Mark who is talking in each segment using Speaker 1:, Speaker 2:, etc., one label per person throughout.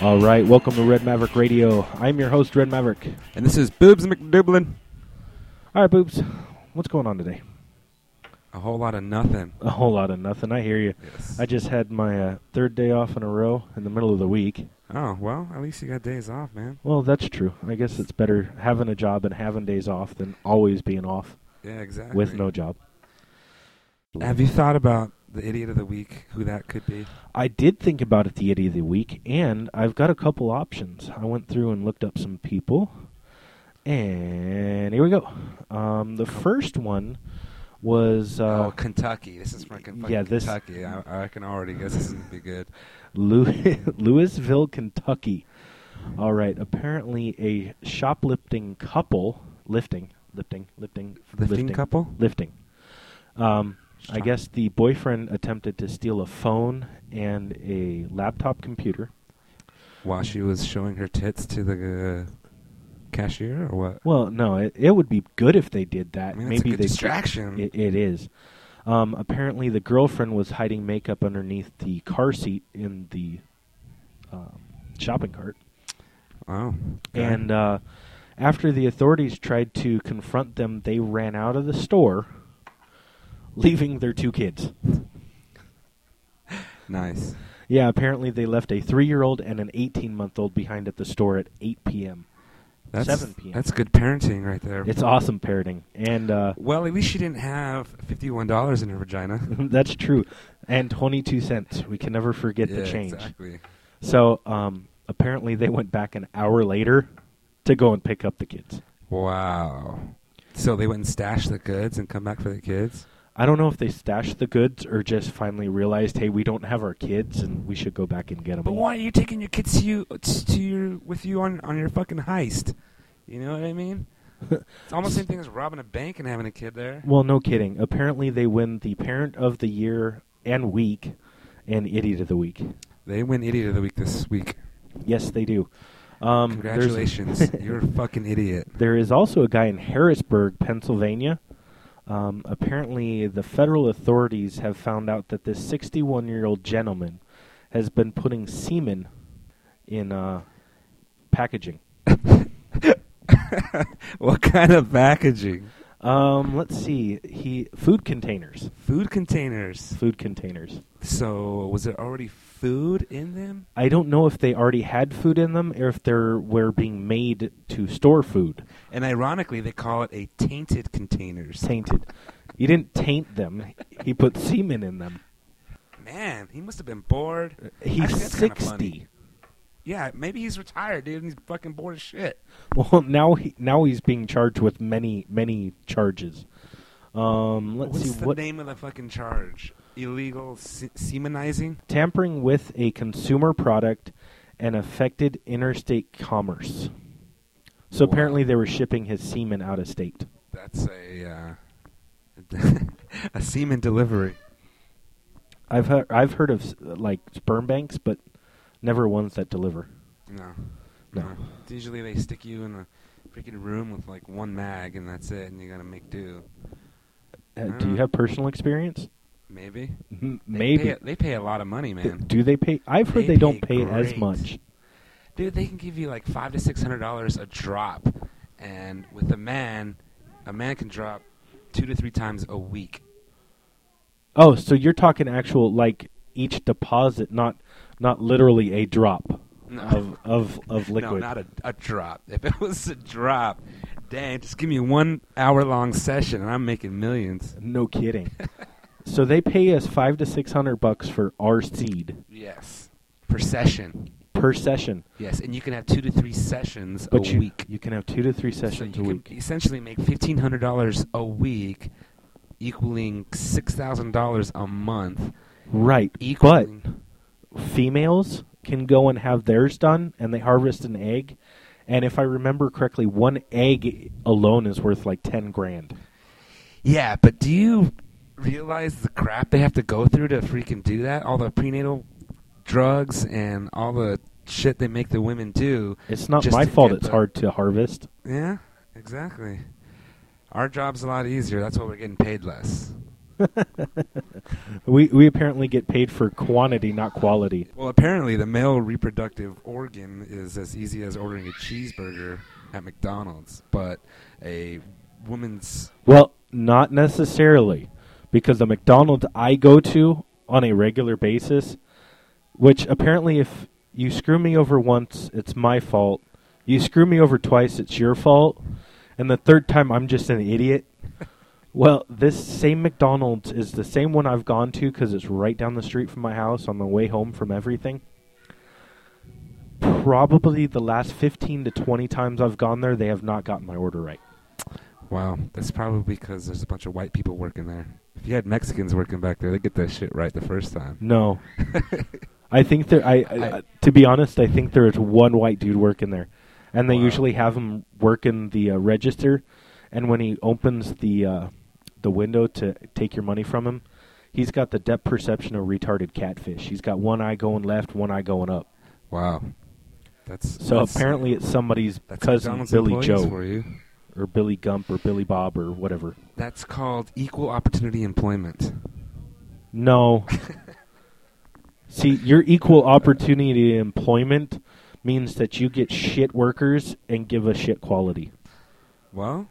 Speaker 1: All right, welcome to Red Maverick Radio. I'm your host, Red Maverick.
Speaker 2: And this is Boobs McDublin.
Speaker 1: All right, boobs, what's going on today?
Speaker 2: A whole lot of nothing.
Speaker 1: A whole lot of nothing. I hear you.
Speaker 2: Yes.
Speaker 1: I just had my uh, third day off in a row in the middle of the week.
Speaker 2: Oh, well, at least you got days off, man.
Speaker 1: Well, that's true. I guess it's better having a job and having days off than always being off
Speaker 2: Yeah, exactly.
Speaker 1: with no job.
Speaker 2: Have you thought about the idiot of the week, who that could be?
Speaker 1: I did think about it the idiot of the week, and I've got a couple options. I went through and looked up some people, and here we go. Um, the first one was uh,
Speaker 2: oh, Kentucky. This is fucking, fucking
Speaker 1: yeah, this-
Speaker 2: Kentucky. I, I can already guess this is going to be good.
Speaker 1: Lew- Louisville, Kentucky. All right. Apparently, a shoplifting couple, lifting, lifting, lifting,
Speaker 2: Lifting couple?
Speaker 1: lifting. Um, I
Speaker 2: Shop-
Speaker 1: guess the boyfriend attempted to steal a phone and a laptop computer.
Speaker 2: While she was showing her tits to the uh, cashier, or what?
Speaker 1: Well, no, it, it would be good if they did that.
Speaker 2: I mean, that's
Speaker 1: Maybe
Speaker 2: a good
Speaker 1: they
Speaker 2: distraction.
Speaker 1: It, it is. Um, apparently, the girlfriend was hiding makeup underneath the car seat in the um, shopping cart.
Speaker 2: oh. okay.
Speaker 1: And uh, after the authorities tried to confront them, they ran out of the store, leaving their two kids.
Speaker 2: nice.
Speaker 1: Yeah, apparently they left a three year old and an 18 month old behind at the store at 8 p.m.
Speaker 2: That's,
Speaker 1: 7 p.m..
Speaker 2: That's good parenting right there.
Speaker 1: It's awesome parroting. And uh,
Speaker 2: well, at least she didn't have fifty-one dollars in her vagina.
Speaker 1: that's true. And 22 cents. We can never forget the
Speaker 2: Yeah,
Speaker 1: change.
Speaker 2: Exactly.
Speaker 1: So um, apparently they went back an hour later to go and pick up the kids.
Speaker 2: Wow. So they went and stashed the goods and come back for the kids.
Speaker 1: I don't know if they stashed the goods or just finally realized, hey, we don't have our kids and we should go back and get them.
Speaker 2: But why are you taking your kids to you to your with you on on your fucking heist? You know what I mean? it's almost the same thing as robbing a bank and having a kid there.
Speaker 1: Well, no kidding. Apparently, they win the Parent of the Year and Week and Idiot of the Week.
Speaker 2: They win idiot of the week this week.
Speaker 1: Yes, they do. Um, there's-
Speaker 2: Congratulations, you're a fucking idiot.
Speaker 1: There is also a guy in Harrisburg, Pennsylvania. Um, apparently, the federal authorities have found out that this 61 year old gentleman has been putting semen in uh, packaging.
Speaker 2: what kind of packaging?
Speaker 1: Um, let's see. He food containers.
Speaker 2: Food containers.
Speaker 1: Food containers.
Speaker 2: So was there already food in them?
Speaker 1: I don't know if they already had food in them or if they were being made to store food.
Speaker 2: And ironically, they call it a tainted containers.
Speaker 1: Tainted. He didn't taint them. He put semen in them.
Speaker 2: Man, he must have been bored.
Speaker 1: Uh, He's
Speaker 2: Actually, that's kinda funny.
Speaker 1: sixty.
Speaker 2: Yeah, maybe he's retired, dude, and he's fucking bored as shit.
Speaker 1: Well, now he now he's being charged with many many charges. Um, let's
Speaker 2: What's
Speaker 1: see
Speaker 2: the
Speaker 1: what
Speaker 2: name of the fucking charge? Illegal se- semenizing?
Speaker 1: tampering with a consumer product and affected interstate commerce. So
Speaker 2: Wow.
Speaker 1: apparently they were shipping his semen out of state.
Speaker 2: That's a uh, a semen delivery.
Speaker 1: I've heard, I've heard of s- like sperm banks, but never ones that deliver.
Speaker 2: No,
Speaker 1: No.
Speaker 2: It's Usually they stick you in a freaking room with like one mag, and that's it, and you gotta make do.
Speaker 1: Uh, do you
Speaker 2: Mm.
Speaker 1: have personal experience?
Speaker 2: Maybe.
Speaker 1: M-
Speaker 2: They
Speaker 1: Maybe.
Speaker 2: pay a- they pay a lot of money,
Speaker 1: Th-
Speaker 2: man.
Speaker 1: Do they pay? I've heard
Speaker 2: They
Speaker 1: they, don't pay
Speaker 2: pay
Speaker 1: as
Speaker 2: great.
Speaker 1: much.
Speaker 2: Dude, they can give you like five to six hundred dollars a drop, and with a man, a man can drop two to three times a week.
Speaker 1: Oh, so you're talking actual like each deposit, not not literally a drop
Speaker 2: No.
Speaker 1: of of of liquid.
Speaker 2: No, not a, a drop. If it was a drop, dang, just give me one hour long session, and I'm making millions.
Speaker 1: No kidding. so they pay us five to six hundred bucks for our seed
Speaker 2: Yes, per session.
Speaker 1: per session,
Speaker 2: Yes, and you can have two to three sessions
Speaker 1: but
Speaker 2: a
Speaker 1: you
Speaker 2: week.
Speaker 1: you can have two to three
Speaker 2: So
Speaker 1: sessions
Speaker 2: you
Speaker 1: a
Speaker 2: can
Speaker 1: week.
Speaker 2: Essentially, make fifteen hundred dollars a week, equaling six thousand dollars a month.
Speaker 1: Right, but
Speaker 2: Equaling.
Speaker 1: females can go and have theirs done and they harvest an egg and if i remember correctly one egg alone is worth like 10 grand
Speaker 2: Yeah, but do you realize the crap they have to go through to freaking do that? All the prenatal drugs and all the shit they make the women do.
Speaker 1: it's not
Speaker 2: just
Speaker 1: my
Speaker 2: to
Speaker 1: fault
Speaker 2: get
Speaker 1: it's
Speaker 2: the-
Speaker 1: hard to harvest
Speaker 2: Yeah, exactly. Our job's a lot easier. That's why we're getting paid less.
Speaker 1: we we apparently get paid for quantity, not quality.
Speaker 2: Well, apparently the male reproductive organ is as easy as ordering a cheeseburger at McDonald's, but a woman's
Speaker 1: Well, not necessarily, because the McDonald's I go to on a regular basis, which apparently if you screw me over once, it's my fault. You screw me over twice, it's your fault. And the third time, I'm just an idiot. Well, this same McDonald's is the same one I've gone to because it's right down the street from my house on the way home from everything. Probably the last 15 to 20 times I've gone there, they have not gotten my order right.
Speaker 2: wow, that's probably because there's a bunch of white people working there. If you had Mexicans working back there, they get that shit right the first time.
Speaker 1: No. I think there. I, I,
Speaker 2: I-
Speaker 1: to be honest, I think there is one white dude working there, and they
Speaker 2: Wow.
Speaker 1: usually have him working the uh, register, and when he opens the uh, the window to take your money from him, he's got the depth perception of retarded catfish. He's got one eye going left, one eye going up.
Speaker 2: Wow, that's
Speaker 1: So
Speaker 2: that's-
Speaker 1: apparently, it's somebody's
Speaker 2: that's
Speaker 1: cousin
Speaker 2: McDonald's
Speaker 1: Billy
Speaker 2: employees
Speaker 1: Joe
Speaker 2: for you.
Speaker 1: or Billy Gump or Billy Bob or whatever.
Speaker 2: That's called equal opportunity employment.
Speaker 1: No. See, your equal opportunity employment means that you get shit workers and give a shit quality.
Speaker 2: Well,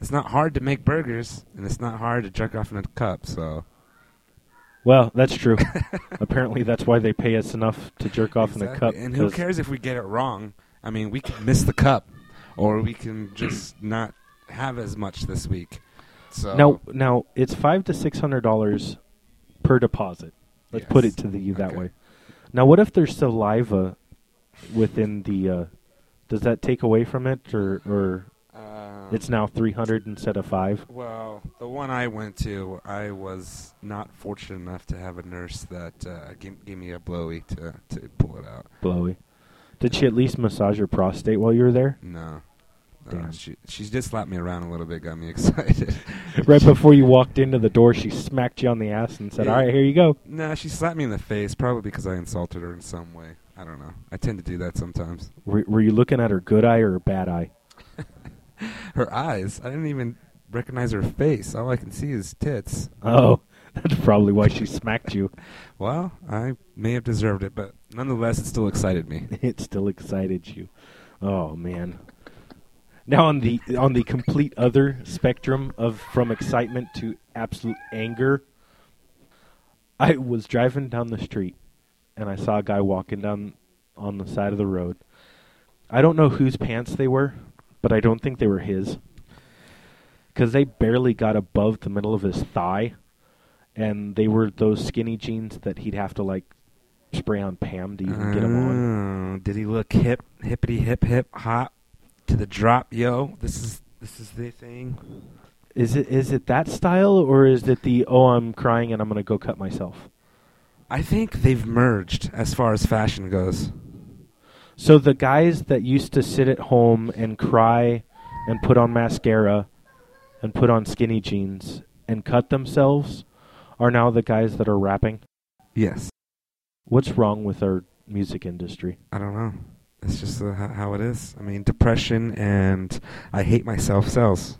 Speaker 2: it's not hard to make burgers, and it's not hard to jerk off in a cup. So
Speaker 1: Well, that's true. Apparently, that's why they pay us enough to jerk off in a
Speaker 2: Exactly.
Speaker 1: cup.
Speaker 2: And who
Speaker 1: 'cause-
Speaker 2: cares if we get it wrong? I mean, we can miss the cup, or we can just not have as much this week. So
Speaker 1: Now, now it's five to six hundred dollars per deposit. Let's put
Speaker 2: Yes.
Speaker 1: it to the you that
Speaker 2: Okay.
Speaker 1: way. Now, what if there's saliva within the? Uh, does that take away from it, or or
Speaker 2: um,
Speaker 1: it's now three hundred instead of
Speaker 2: Oh,
Speaker 1: five?
Speaker 2: Well, the one I went to, I was not fortunate enough to have a nurse that uh, gave, gave me a blowy to to pull it out.
Speaker 1: Blowy. Did she at least massage your prostate while you were there?
Speaker 2: No. No,
Speaker 1: Damn.
Speaker 2: she she just slapped me around a little bit, got me excited.
Speaker 1: Right before you walked into the door, she smacked you on the ass and said,
Speaker 2: Yeah.
Speaker 1: "All right, here you go."
Speaker 2: No, she slapped me in the face, probably because I insulted her in some way. I don't know. I tend to do that sometimes.
Speaker 1: Were, were you looking at her good eye or her bad eye?
Speaker 2: Her eyes, I didn't even recognize her face. All I can see is tits.
Speaker 1: Oh, that's probably why she smacked you.
Speaker 2: Well, I may have deserved it, but nonetheless, it still excited me.
Speaker 1: It still excited you. Oh man. Now on the on the complete other spectrum of from excitement to absolute anger, I was driving down the street and I saw a guy walking down on the side of the road. I don't know whose pants they were, but I don't think they were his. Cuz they barely got above the middle of his thigh and they were those skinny jeans that he'd have to like spray on Pam to even get them on.
Speaker 2: Oh, Did he look hip, hippity hip hip hop to the drop? Yo, this is this is the thing.
Speaker 1: Is it is it that style or is it the oh I'm crying and I'm gonna go cut myself?
Speaker 2: I think they've merged as far as fashion goes.
Speaker 1: So the guys that used to sit at home and cry and put on mascara and put on skinny jeans and cut themselves are now the guys that are rapping.
Speaker 2: Yes,
Speaker 1: What's wrong with our music industry?
Speaker 2: I don't know. It's just uh, ho- how it is. I mean, depression and I hate myself sells.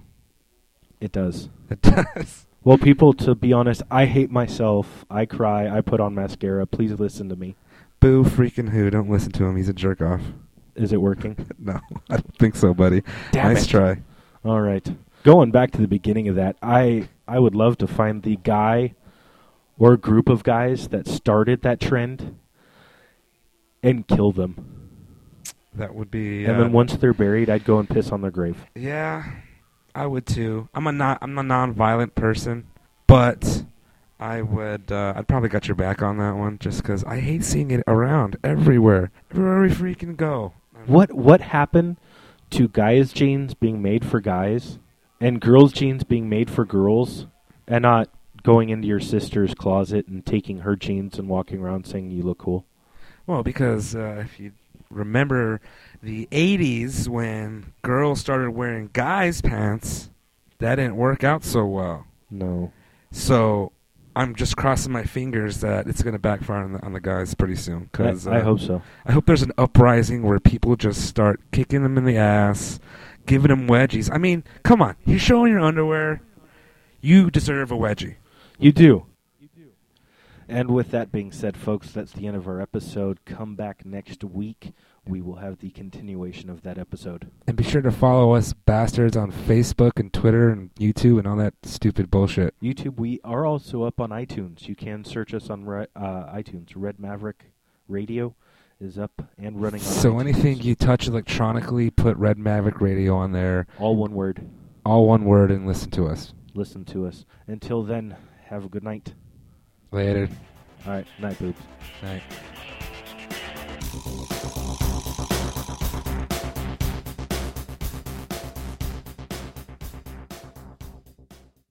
Speaker 1: It does.
Speaker 2: It does.
Speaker 1: Well, people, to be honest, I hate myself. I cry. I put on mascara. Please listen to me.
Speaker 2: Boo freaking who? Don't listen to him. He's a jerk off.
Speaker 1: Is it working?
Speaker 2: No, I don't think so, buddy.
Speaker 1: Damn
Speaker 2: nice
Speaker 1: it.
Speaker 2: try.
Speaker 1: All right. Going back to the beginning of that, I I would love to find the guy or group of guys that started that trend and kill them.
Speaker 2: That would be.
Speaker 1: And then
Speaker 2: uh,
Speaker 1: once they're buried, I'd go and piss on their grave.
Speaker 2: Yeah, I would too. I'm a non I'm a non-violent person, but I would uh, I'd probably got your back on that one just because I hate seeing it around everywhere, everywhere we freaking go.
Speaker 1: What what happened to guys' jeans being made for guys and girls' jeans being made for girls and not going into your sister's closet and taking her jeans and walking around saying you look cool?
Speaker 2: Well, because uh, if you remember the '80s when girls started wearing guys' pants, that didn't work out so well.
Speaker 1: No.
Speaker 2: So. I'm just crossing my fingers that it's going to backfire on the, on the guys pretty soon.
Speaker 1: I,
Speaker 2: Cause,
Speaker 1: I
Speaker 2: uh,
Speaker 1: hope so.
Speaker 2: I hope there's an uprising where people just start kicking them in the ass, giving them wedgies. I mean, come on, you're showing your underwear. You deserve a wedgie.
Speaker 1: You do. And with that being said, folks, that's the end of our episode. Come back next week. We will have the continuation of that episode.
Speaker 2: And be sure to follow us bastards on Facebook and Twitter and YouTube and all that stupid bullshit.
Speaker 1: YouTube, we are also up on iTunes. You can search us on re- uh, iTunes. Red Maverick Radio is up and running on
Speaker 2: So
Speaker 1: iTunes.
Speaker 2: anything you touch electronically, put Red Maverick Radio on there,
Speaker 1: All one word.
Speaker 2: all one word, and listen to us.
Speaker 1: Listen to us. Until then, have a good night.
Speaker 2: Later.
Speaker 1: All right, night, boobs.
Speaker 2: Night.